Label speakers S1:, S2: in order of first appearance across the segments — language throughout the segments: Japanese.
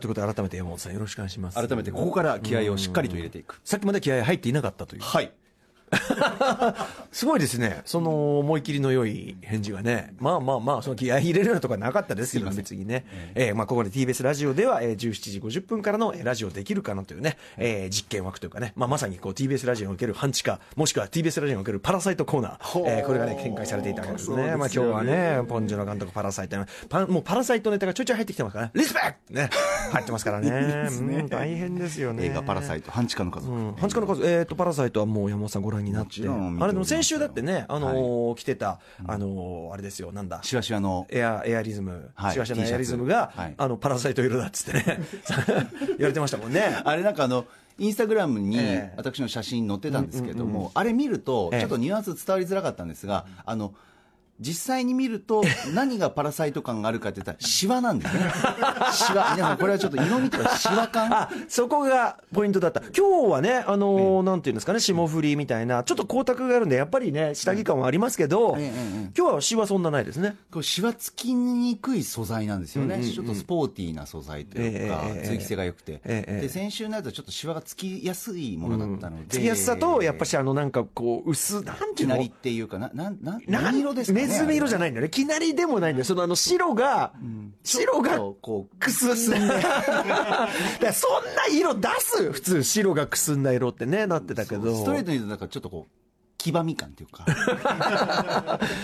S1: ということで、改めて山本さん、よろしくお願いします。
S2: 改めてここから気合をしっかりと入れていく。
S1: さっきまで気合入っていなかったという。
S2: はい。
S1: すごいですね。その思い切りの良い返事がね。まあまあまあ、その気合い入れるようなとこはなかったですけど、別にね。えーまあここまで TBS ラジオでは、えー、17時50分からのえーラジオできるかなというね、えー実験枠というかね、まあまさにこう TBS ラジオにおける半地下、もしくは TBS ラジオにおけるパラサイトコーナー、えーこれがね、展開されていたわけですね。まあ今日はね、ポンジョの監督パラサイト、パンもうパラサイトネタがちょいちょい入ってきてますからね。リスペクトね。入ってます からね。うん、大変ですよね。
S3: 映画パラサイト、半地下の家族。
S1: うん、半地下の数、えー、とパラサイトはもう山本さんご覧になって
S3: もちろん見て
S1: あ
S3: おりますよ
S1: れでも先週だってね、あのー来てた、あのーあれですよなんだ
S3: シワシワの。
S1: エアエアリズム、
S3: はい
S1: シワシワのエアリズムが、
S3: T シャツはい
S1: あのパラサイト色だっつってね 言われてましたもんね
S3: あれなんかあの、インスタグラムに
S1: ええ
S3: 私の写真載ってたんですけれども、あれ見ると、
S1: ええ
S3: ちょっとニュアンス伝わりづらかったんですが、あの、実際に見る と、何がパラサイト感があるかって言ったら、シワなんですね。シワ。でもこれはちょっと色味とかシワ感。
S1: あそこがポイントだった今日はねあのーなんていうんですかね霜降りみたいなちょっと光沢があるんでやっぱりね下着感はありますけど、
S3: ええええ
S1: 今日はシワそんなないですね
S3: こうシワつきにくい素材なんですよね、ちょっとスポーティーな素材というか、
S1: ええええ
S3: 通気性が良くて、
S1: ええ
S3: で先週のやつはちょっとシワがつきやすいものだったので、
S1: つきやすさとやっぱしあのなんかこう薄なんて
S3: き
S1: いう
S3: な
S1: の
S3: りっていうかななんなん
S1: なん
S3: 何色ですかね
S1: ネズミ色じゃないんだよね。きなりでもないんだよ。そのあの白が、白
S3: あれ
S1: が
S3: ちょっとこう
S1: くすん だ。だからそんな色出す普通、白がくすんだ色ってね、なってたけど。
S3: ストレートに言うとなんかちょっとこう黄ばみ感というか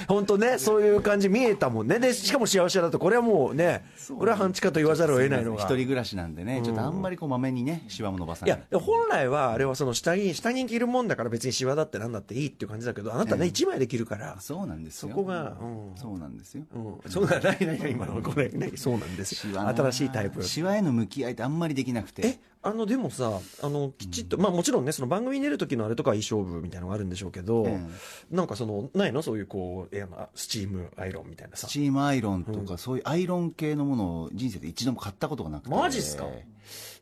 S1: 本当ね、そういう感じ見えたもんね。で、しかも幸せだと、これはもうね、これは半地下と言わざるを得ないのが。
S3: 一人暮らしなんでねちょっとあんまりこうまめにねシワも伸ばさ
S1: い
S3: ない
S1: や、本来はあれはその下着、下着着るもんだから別にシワだってなんだっていいっていう感じだけど、あなたね、一枚できるから。
S3: そうなんですよ
S1: そこがうん
S3: そうなんですよ、
S1: うん。そうなんないないない、今の。ごめんね。そうなんです
S3: シ
S1: よ。
S3: ワな
S1: 新しいタイプ。
S3: シワへの向き合いってあんまりできなくて
S1: えあのでもさあのきちっと、まあもちろんねその番組に出る時のあれとかは衣装部みたいなのがあるんでしょうけど、
S3: え
S1: なんかそのないのそういうこうえーまあスチームアイロンみたいなさ
S3: スチームアイロンとか、そういうアイロン系のものを人生で一度も買ったことがなくて。
S1: マジっすか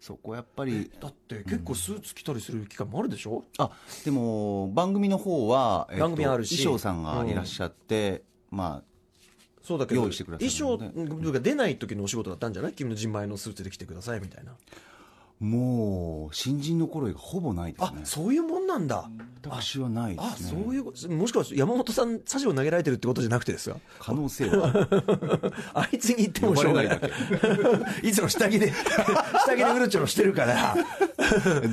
S3: そこやっぱり、
S1: だって結構スーツ着たりする機会もあるでしょ、
S3: あ、でも、番組の方は、えっと
S1: 番組あるし
S3: 衣装さんがいらっしゃって、ま
S1: そうだけど
S3: 用意してくださる
S1: 衣
S3: の
S1: 装
S3: で
S1: が出ない時のお仕事だったんじゃない君の人前のスーツで来てくださいみたいな、
S3: あ、もう、新人の頃よりほぼないで
S1: あ
S3: すね。
S1: そういうもんなんだ、
S3: 私はないで
S1: あ
S3: す
S1: そ
S3: ね。
S1: ういうこともしくは山本さんサジを投げられてるってことじゃなくてですよ
S3: 可能性は。
S1: あいつに言ってもしょうがない
S2: 呼ば
S1: いつも下着で下着でうるちょろしてるから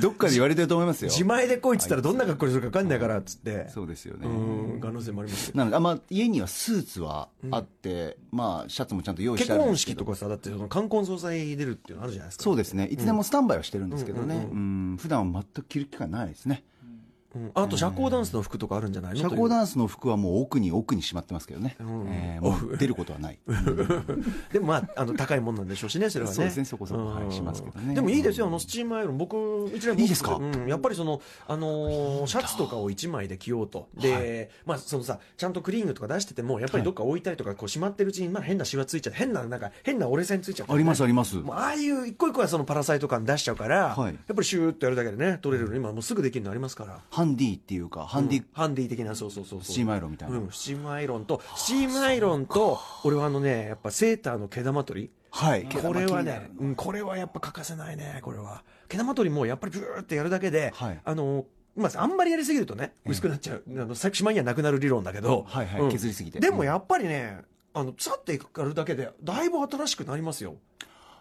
S3: どっかで言われてると思いますよ。
S1: 自前で来いっつったらどんな格好にするか分かんないからっつって
S3: そうですよね。
S1: うん可能性もありますよ
S3: なので、あまあ、家にはスーツはあって、まあ、シャツもちゃんと用意し
S1: 結
S3: てあるん
S1: 婚
S3: ですけ
S1: 式
S3: ど
S1: と。かさだってその冠婚葬祭出るっていうのあるじゃないですか
S3: そうですね。いつでもスタンバイはしてるんですけどね。うん普段は全く着る機会ないですね。
S1: うんあと社交ダンスの服とかあるんじゃないの
S3: 社交
S1: ン
S3: ダンスの服はもう奥に奥にしまってますけどね。えーもう出ることはない。
S1: スでもまああの高いもんなんでしょうしねそれはね
S3: そうですねそこそこ
S1: うん
S3: はいしますけどね
S1: でもいいですよあのスチームアイロン僕一年
S3: いいですか
S1: うんやっぱりそのあのーシャツとかを1枚で着ようとでまあそのさちゃんとクリーニングとか出しててもやっぱりどっか置いたりとかこうしまってるうちにまあ変なシワついちゃう変ななんか変な折れ線ついちゃうから
S3: あ
S1: ね
S3: りますあります。
S1: もうああいう一個一個はそのパラサイト感出しちゃうから、
S3: は
S1: や
S3: い
S1: っぱりシューッとやるだけでね取れるのに今もうすぐできるのありますから
S3: ハンディっていうか、ハンディ
S1: ハンディ的なそうそうそうそう
S3: スチームアイロンみたいな
S1: うん、スチームアイロンとスチームアイロンと俺はあのねやっぱセーターの毛玉取り
S3: はい。
S1: これはね
S3: 毛、
S1: うん、これはやっぱ欠かせないねこれは毛玉取りもやっぱりブーってやるだけで、
S3: はい
S1: あのまあ、あんまりやりすぎるとね薄くなっちゃう、あのしまいにはなくなる理論だけど、
S3: はいはい
S1: うん
S3: 削りすぎて
S1: でもやっぱりねあのさっていくからだけでだいぶ新しくなりますよ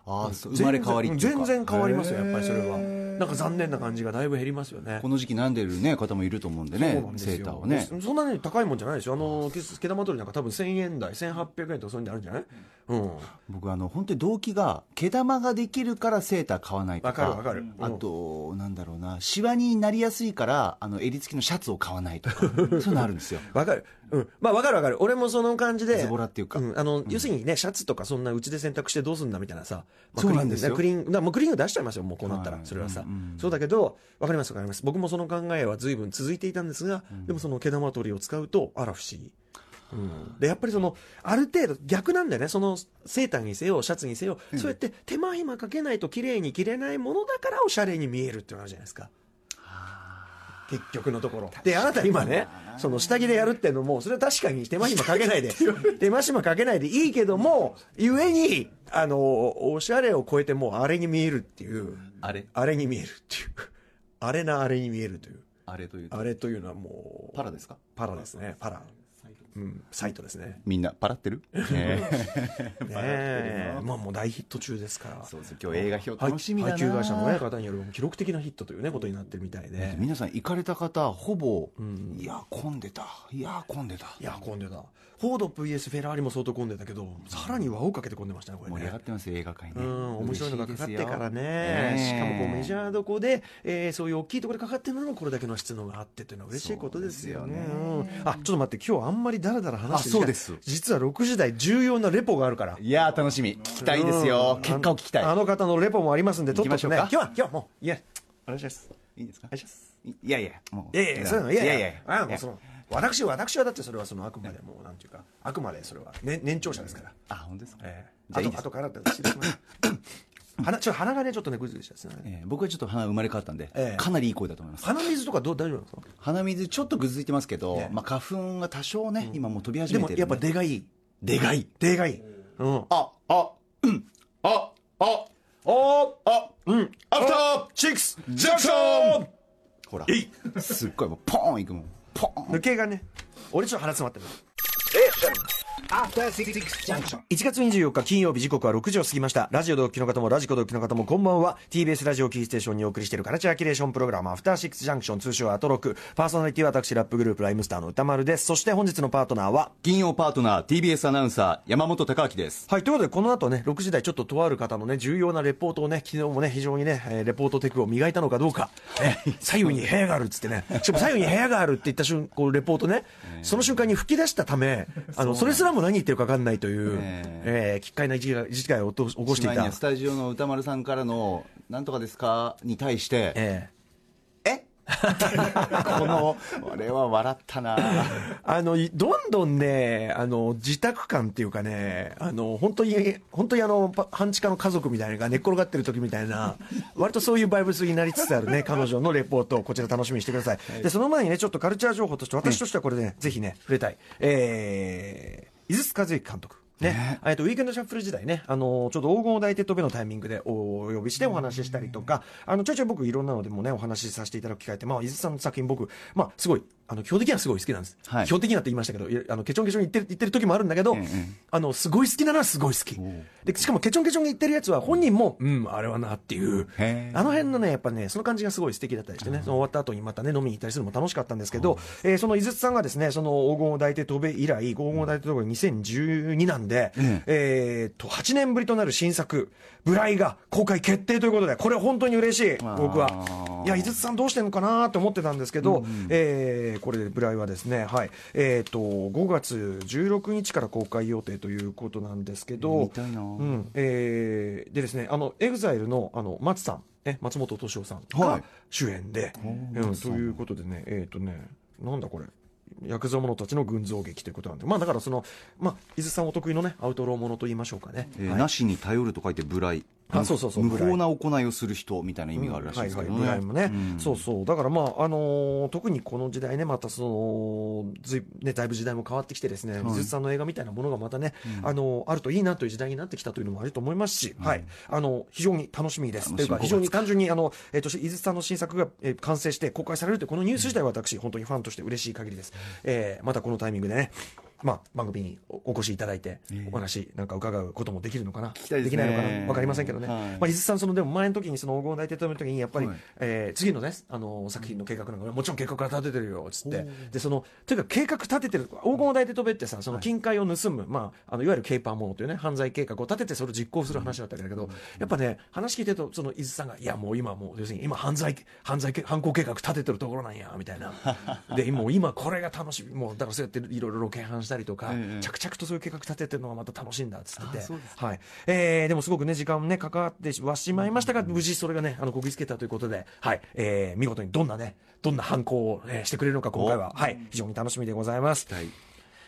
S3: あーそう生まれ変わりっていう
S1: 全
S3: か
S1: 然変わりますよやっぱりそれは
S3: へ
S1: なんか残念な感じがだいぶ減りますよね
S3: この時期悩んでるね、方もいると思うんで
S1: そ
S3: ね
S1: うなん、ですよ
S3: セーターをね。
S1: そそんなに高いもんじゃないですよあのけ毛玉取りなんか多分1000円台1800円とかそういうのあるんじゃないうん
S3: 僕、あの、本当に動機が、毛玉ができるからセーター買わないと
S1: わ
S3: か。
S1: かるわかる
S3: あと、なんだろうな、シワになりやすいから、あの、襟付きのシャツを買わないとか。そういうのあるんですよ。
S1: わかる。うん。まあわかるわかる。俺もその感じで。
S3: ズボラっていうか
S1: んあの、要するにね、シャツとかそんなうちで洗濯してどうすんだみたいなさ。まあ
S3: そうなんですよ
S1: クリーン、だからもうクリーン出しちゃいますよ、もうこうなったら。
S3: はい
S1: それはさ
S3: うんうん。
S1: そうだけど、わかりますわかります。僕もその考えは随分続いていたんですが、でもその毛玉取りを使うと、あら不思議。うん、でやっぱりそのある程度逆なんだよねそのセーターにせよシャツにせよ、そうやって手間暇かけないと綺麗に着れないものだからおしゃれに見えるっていうのあるじゃないですか結局のところであなた今ねその下着でやるってのもそれは確かに手間暇かけ ないで手間暇かけないでいいけどもゆえにあのおしゃれを超えてもうあれに見えるっていう
S2: あれ
S1: あれに見えるっていうあれなあれに見えるという
S2: あれというと
S1: あれというのはもう
S3: パラですか
S1: パラですねパラうんサイトです ね
S3: みんなパラ ってる、
S1: ねえまあもう大ヒット中ですから
S3: そうです今日映画表楽しみだな、
S1: 配給会社のね方による記録的なヒットというねことになってるみたいで
S3: 皆さん行かれた方ほぼ、いや混んでたいや混んでた
S1: いや混んでたフォード VS フェラーリも相当混んでたけどさらに輪をかけて混んでましたねこれ
S3: 盛り上が
S1: ね
S3: ってます映画界ね
S1: うん面白いのがかかってから
S3: 嬉
S1: ね
S3: いです
S1: し
S3: よ
S1: かもこうメジャーどこで、えーそういう大きいところでかかってるのもこれだけの質能があってというのは嬉しいことですよねうんあちょっと待って今日あんまりだらだら話して
S3: あそうです
S1: 実は6時台重要なレポがあるから
S3: いやー楽しみ聞きたいですよ、
S1: うん
S3: 結果を聞きたい
S1: あの方のレポもありますんで
S3: 行
S1: 取
S3: き
S1: っと
S3: ま
S1: っ
S3: しょ
S1: て
S3: う
S1: ね
S3: か
S1: 今日は今日はもういや
S3: お願いしますいいんですか
S1: お願いします
S3: いやいやもう
S1: いやいや、そういうの、いやいや、いやあもうそ
S3: いや
S1: の、私、私はだってそれはその、あくまでも、なんていうか、あくまでそれは、ね、年長者ですから。
S3: あ本当ですか、
S1: ええ
S3: じゃあいい
S1: あ
S3: で
S1: と、
S3: す
S1: あとからだって、失礼します鼻、ちょっと鼻がね、ちょっとね、ぐずぐずしたですね。
S3: えー僕はちょっと鼻生まれ変わったんで、
S1: ええ
S3: かなりいい声だと思います
S1: 鼻水とかどう、大丈夫なんですか
S3: 鼻水ちょっとぐずいてますけど、
S1: ね
S3: まあ、花粉が多少ね、今もう飛び始
S1: で
S3: め
S1: も、
S3: てるん
S1: やっぱ、でがいい。
S3: でかい
S1: でがいい。うん。
S3: ああうんああ
S1: おー
S3: あ
S1: うん。
S3: アフター
S1: チックス
S3: ジャンクションほらすっごいもうポーンいくもんポーン
S1: 抜けがね、俺ちょっと鼻詰まってる。
S4: After City Junction.
S1: 1月24日金曜日時刻は6時を過ぎました。ラジオ同期の方もラジコ同期の方もこんばんは。TBS ラジオキーステーションにお送りしているカルチャーキュレーションプログラム、アフターシックスジャンクション、通称アトロク。パーソナリティは私、ラップグループ、ライムスターの歌丸です。そして本日のパートナーは、
S2: 金曜パートナー TBS アナウンサー山本隆明です
S1: はい、ということで、この後ね、6時台、ちょっととある方のね、重要なレポートをね、昨日もね、非常にね、えーレポートテクを磨いたのかどうか、ね、左右に部屋があるっつ ってね、しかも左右に部屋があるって言った瞬こうレポートね、その瞬間に吹き出したため、あの、それすらも何言ってるか分かんないという、えー、奇怪な事態事態を起こし起こしてい
S3: 前に
S1: た
S3: はス。タジオの歌丸さんからの「なんとかですか?」に対して「
S1: ええ
S3: えこの俺は笑っ たな
S1: あの、いどんどんね、あの、自宅感っていうかね、あの、本当に、本当にあの、パ半地下の家族みたいなのが寝っ転がってる時みたいな、割とそういうバイブスになりつつあるね、彼女のレポートをこちら楽しみにしてください。で、その前にね、ちょっとカルチャー情報として、私としてはこれね、ぜひね、触れたい。えー、井筒和之監督。ね、えっと、ウィークエンドシャッフル時代ね、あの、ちょっと黄金を抱いて飛べのタイミングでおお呼びしてお話ししたりとか、あの、ちょいちょい僕いろんなのでもね、お話しさせていただく機会って、まあ、伊豆さんの作品僕、まあ、すごい、あの、基本的にはすごい好きなんです。
S3: はい
S1: 基本的にはって言いましたけど、いあの、ケチョンケチョン言ってる、言ってる時もあるんだけど、あの、すごい好きなのはすごい好き。で、しかもケチョンケチョン言ってるやつは本人も、うん、あれはなっていう
S3: へ、ー
S1: あの辺のね、やっぱね、その感じがすごい素敵だったりしてね、その終わった後にまたね、飲みに行ったりするのも楽しかったんですけど、えーその井筒さんがですね、その黄金を抱いて飛べ以来、黄金を抱いて飛べが2012なんで、えーっと、8年ぶりとなる新作、ブライが公開決定ということで、これ本当に嬉しい、僕は。いや、井筒さんどうしてんのかなと思ってたんですけど、えーこれ、ブライはですね、はい、えーっと、5月16日から公開予定ということなんですけど、
S3: 見たいな
S1: うんえーでですね、あの、エグザイルの、あの、松さん、え、松本敏夫さん
S3: は
S1: が
S3: い
S1: 主演で、うん、ということでね、えっ、とね、なんだこれ。ヤクザ者たちの群像劇ということなんで、まあだからその、まあ、伊豆さんお得意のね、アウトローものと言いましょうかね。
S3: えー
S1: はい
S3: なしに頼ると書いて無頼
S1: あそうそうそう
S3: 無法な行いをする人みたいな意味があるらしいですけどね、
S1: はいはい、ブライもね、そうそう、だからまあ、あのー特にこの時代ね、またそのずい、ね、だいぶ時代も変わってきて、ですね、美術さんの映画みたいなものがまたね、あのーあるといいなという時代になってきたというのもあると思いますし、はいあの非常に楽しみです。と
S3: 楽
S1: い
S3: し
S1: う
S3: み
S1: か、非常に単純に、あのえっと伊豆さんの新作が、えー完成して公開されるという、このニュース自体は私、本当にファンとして嬉しい限りです。えーまたこのタイミングでねまあ、番組におお越しいただいて、お話なんか伺うこともできるのかな、
S3: きたい
S1: です
S3: で
S1: き
S3: ね
S1: ないのかな、分かりませんけどね、
S3: はい
S1: まあ、伊豆さん、そのでも前の時にその黄金を抱いて止める時に、やっぱり、
S3: はい
S1: えー次のね、あのー作品の計画なんかねもちろん計画から立ててるよっつって、でそのというか、計画立ててる、黄金を抱いて飛べってさ、その金塊を盗む、まあ、あのいわゆるケーパーものというね、犯罪計画を立てて、それを実行する話だったわけだけど、やっぱね、話聞いてると、その伊豆さんが、いや、もう今、もう要するに今犯罪、犯罪計、犯行計画立ててるところなんや、みたい な、で、もう今、これが楽しみ、もうだからそうやっていろいろロケハンしたりとか、着々とそういう計画立ててるのがまた楽しいんだっつってて、はいえーでもすごくね、時間ね、かかってはしまいましたが、無事それがね、あのこぎつけたということで、はいえー見事にどんなね、どんな犯行を、えーしてくれるのか、今回は、はい、非常に楽しみでございます。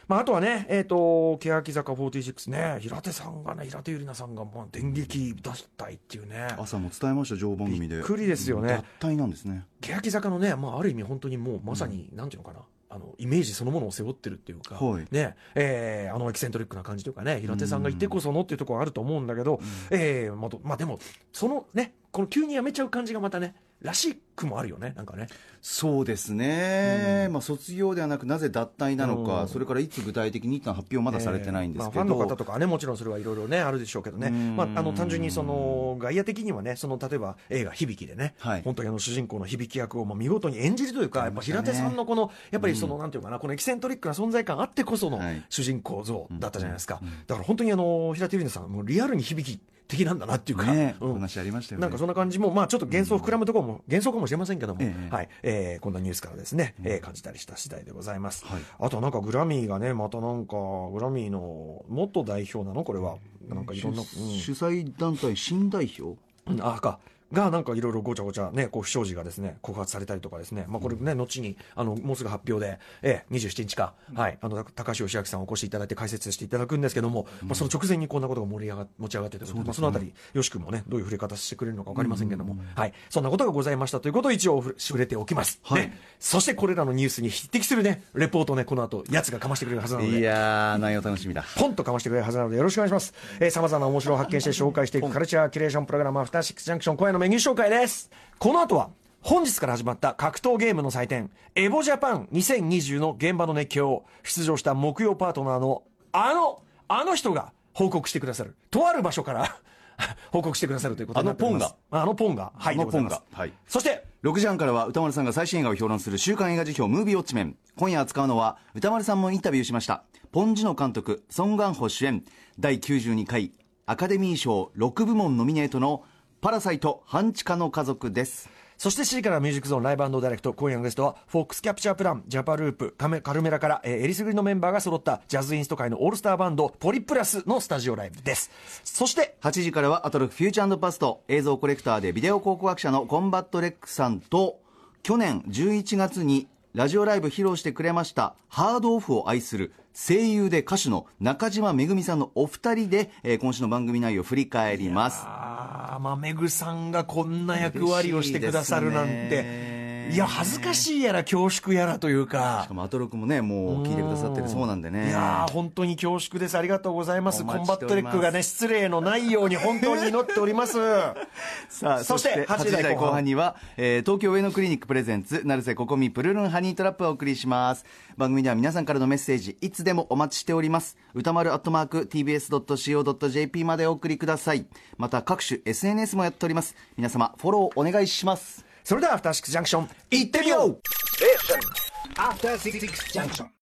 S1: まあ、あとはね、えっ、と、欅坂46ね、平手さんがね、平手友梨奈さんが、まあ、電撃出したいっていうね。
S3: 朝も伝えました情報番組で
S1: びっくりですよね
S3: 脱退なんですね
S1: 欅坂のね、まあ、ある意味本当にもうまさに、なんていうのかなあのイメージそのものを背負ってるっていうか、
S3: はい
S1: ねえーあのエキセントリックな感じというかね平手さんがいてこそのっていうところはあると思うんだけど、えーまあどまあ、でもそのねこの急に辞めちゃう感じがまたねらしくもあるよねなんかね
S3: そうですね、まあ、卒業ではなくなぜ脱退なのか、
S1: うん
S3: それからいつ具体的にっていうのは発表まだされてないんですけど、
S1: えーまあファンの方とかはね、もちろんそれはいろいろね、あるでしょうけどね、
S3: うん
S1: まあ、あの単純にその外野的にはね、その例えば映画、響きでね、
S3: はい
S1: 本当にあの主人公の響き役をまあ見事に演じるというか、やっぱ平手さんのこの、やっぱりその、なんていうかな、このエキセントリックな存在感あってこその
S3: はい
S1: 主人公像だったじゃないですか、だから本当にあの平手友梨奈さん、もうリアルに響き的なんだなっていうか。
S3: ね、
S1: うん
S3: お話ありましたよね
S1: なんかそんな感じも、まあ、ちょっと幻想膨らむところも、幻想かもしれませんけども、
S3: ええ
S1: はいえーこんなニュースからですね、えー感じたりした次第でございます、
S3: はい
S1: あとなんかグラミーがねまたなんかグラミーの元代表なのこれはなんかいろんな、
S3: 主催団体新代表
S1: うんうんあかがなんかいろいろごちゃごちゃねこう不祥事がですね告発されたりとかですねまあこれね、後にあのもうすぐ発表で、えー、27日か、はいあのた高橋義明さんをお越しいただいて解説していただくんですけども、まあその直前にこんなことが盛り上が持ち上がってということでまあそのあたりよし君もねどういう触れ方してくれるのかわかりませんけども、はいそんなことがございましたということを一応ふ触れておきます、
S3: はい
S1: ねそしてこれらのニュースに匹敵するねレポートをねこの後やつがかましてくれるはずなので
S3: いやー内容楽しみだ
S1: ポンとかましてくれるはずなのでよろしくお願いします。えー、様々な面白を発見して紹介していくカルチャーキュレーションプログラムアフターシックスジャンクション今夜のメニュー紹介です。この後は本日から始まった格闘ゲームの祭典エボジャパン2020の現場の熱狂出場した木曜パートナーのあのあの人が報告してくださるとある場所から 報告してくださるということになっております。あのポンがはい
S3: あのポン
S1: でご
S3: が
S1: ざいます
S3: はい
S1: そして
S3: 6時半からは歌丸さんが最新映画を評論する週刊映画辞表「ムービーウォッチメン」今夜扱うのは歌丸さんもインタビューしましたポン・ジュノ監督ソン・ガンホ主演第92回アカデミー賞6部門ノミネートの「パラサイト半地下の家族」です
S1: そして C からミュージックゾーンライブダイレクト今夜のゲストはフォックスキャプチャープランジャパループカメカルメラから、えー、えりすぐりのメンバーが揃ったジャズインスト界のオールスターバンドポリプラスのスタジオライブですそして
S3: 8時からはアトロックフューチャーパスト映像コレクターでビデオ考古学者のコンバットレックさんと去年11月にラジオライブ披露してくれましたハードオフを愛する声優で歌手の中島めぐみさんのお二人で、えー今週の番組内容を振り返ります
S1: あーまあめぐさんがこんな役割をしてくださるなん
S3: 嬉しい
S1: て
S3: ですね
S1: いや恥ずかしいやら恐縮やらというか
S3: しかもアトロックもねもう聞いてくださってるそうなんでね
S1: いやー本当に恐縮ですありがとうございます
S3: お
S1: コ
S3: 待
S1: ン
S3: ち
S1: バ
S3: し
S1: ッ
S3: ております
S1: トレックがね失礼のないように本当に祈っております
S3: さあ
S1: そ
S3: そ
S1: して
S3: して8時台後半には、えー東京上野クリニックプレゼンツ成瀬ここみプルルンハニートラップをお送りします番組では皆さんからのメッセージいつでもお待ちしております歌丸アットマーク TBS.CO.JP までお送りくださいまた各種 SNS もやっております皆様フォローお願いします
S1: それではアフターシックスジャンクション行ってみよう
S4: Station. After Six Junction.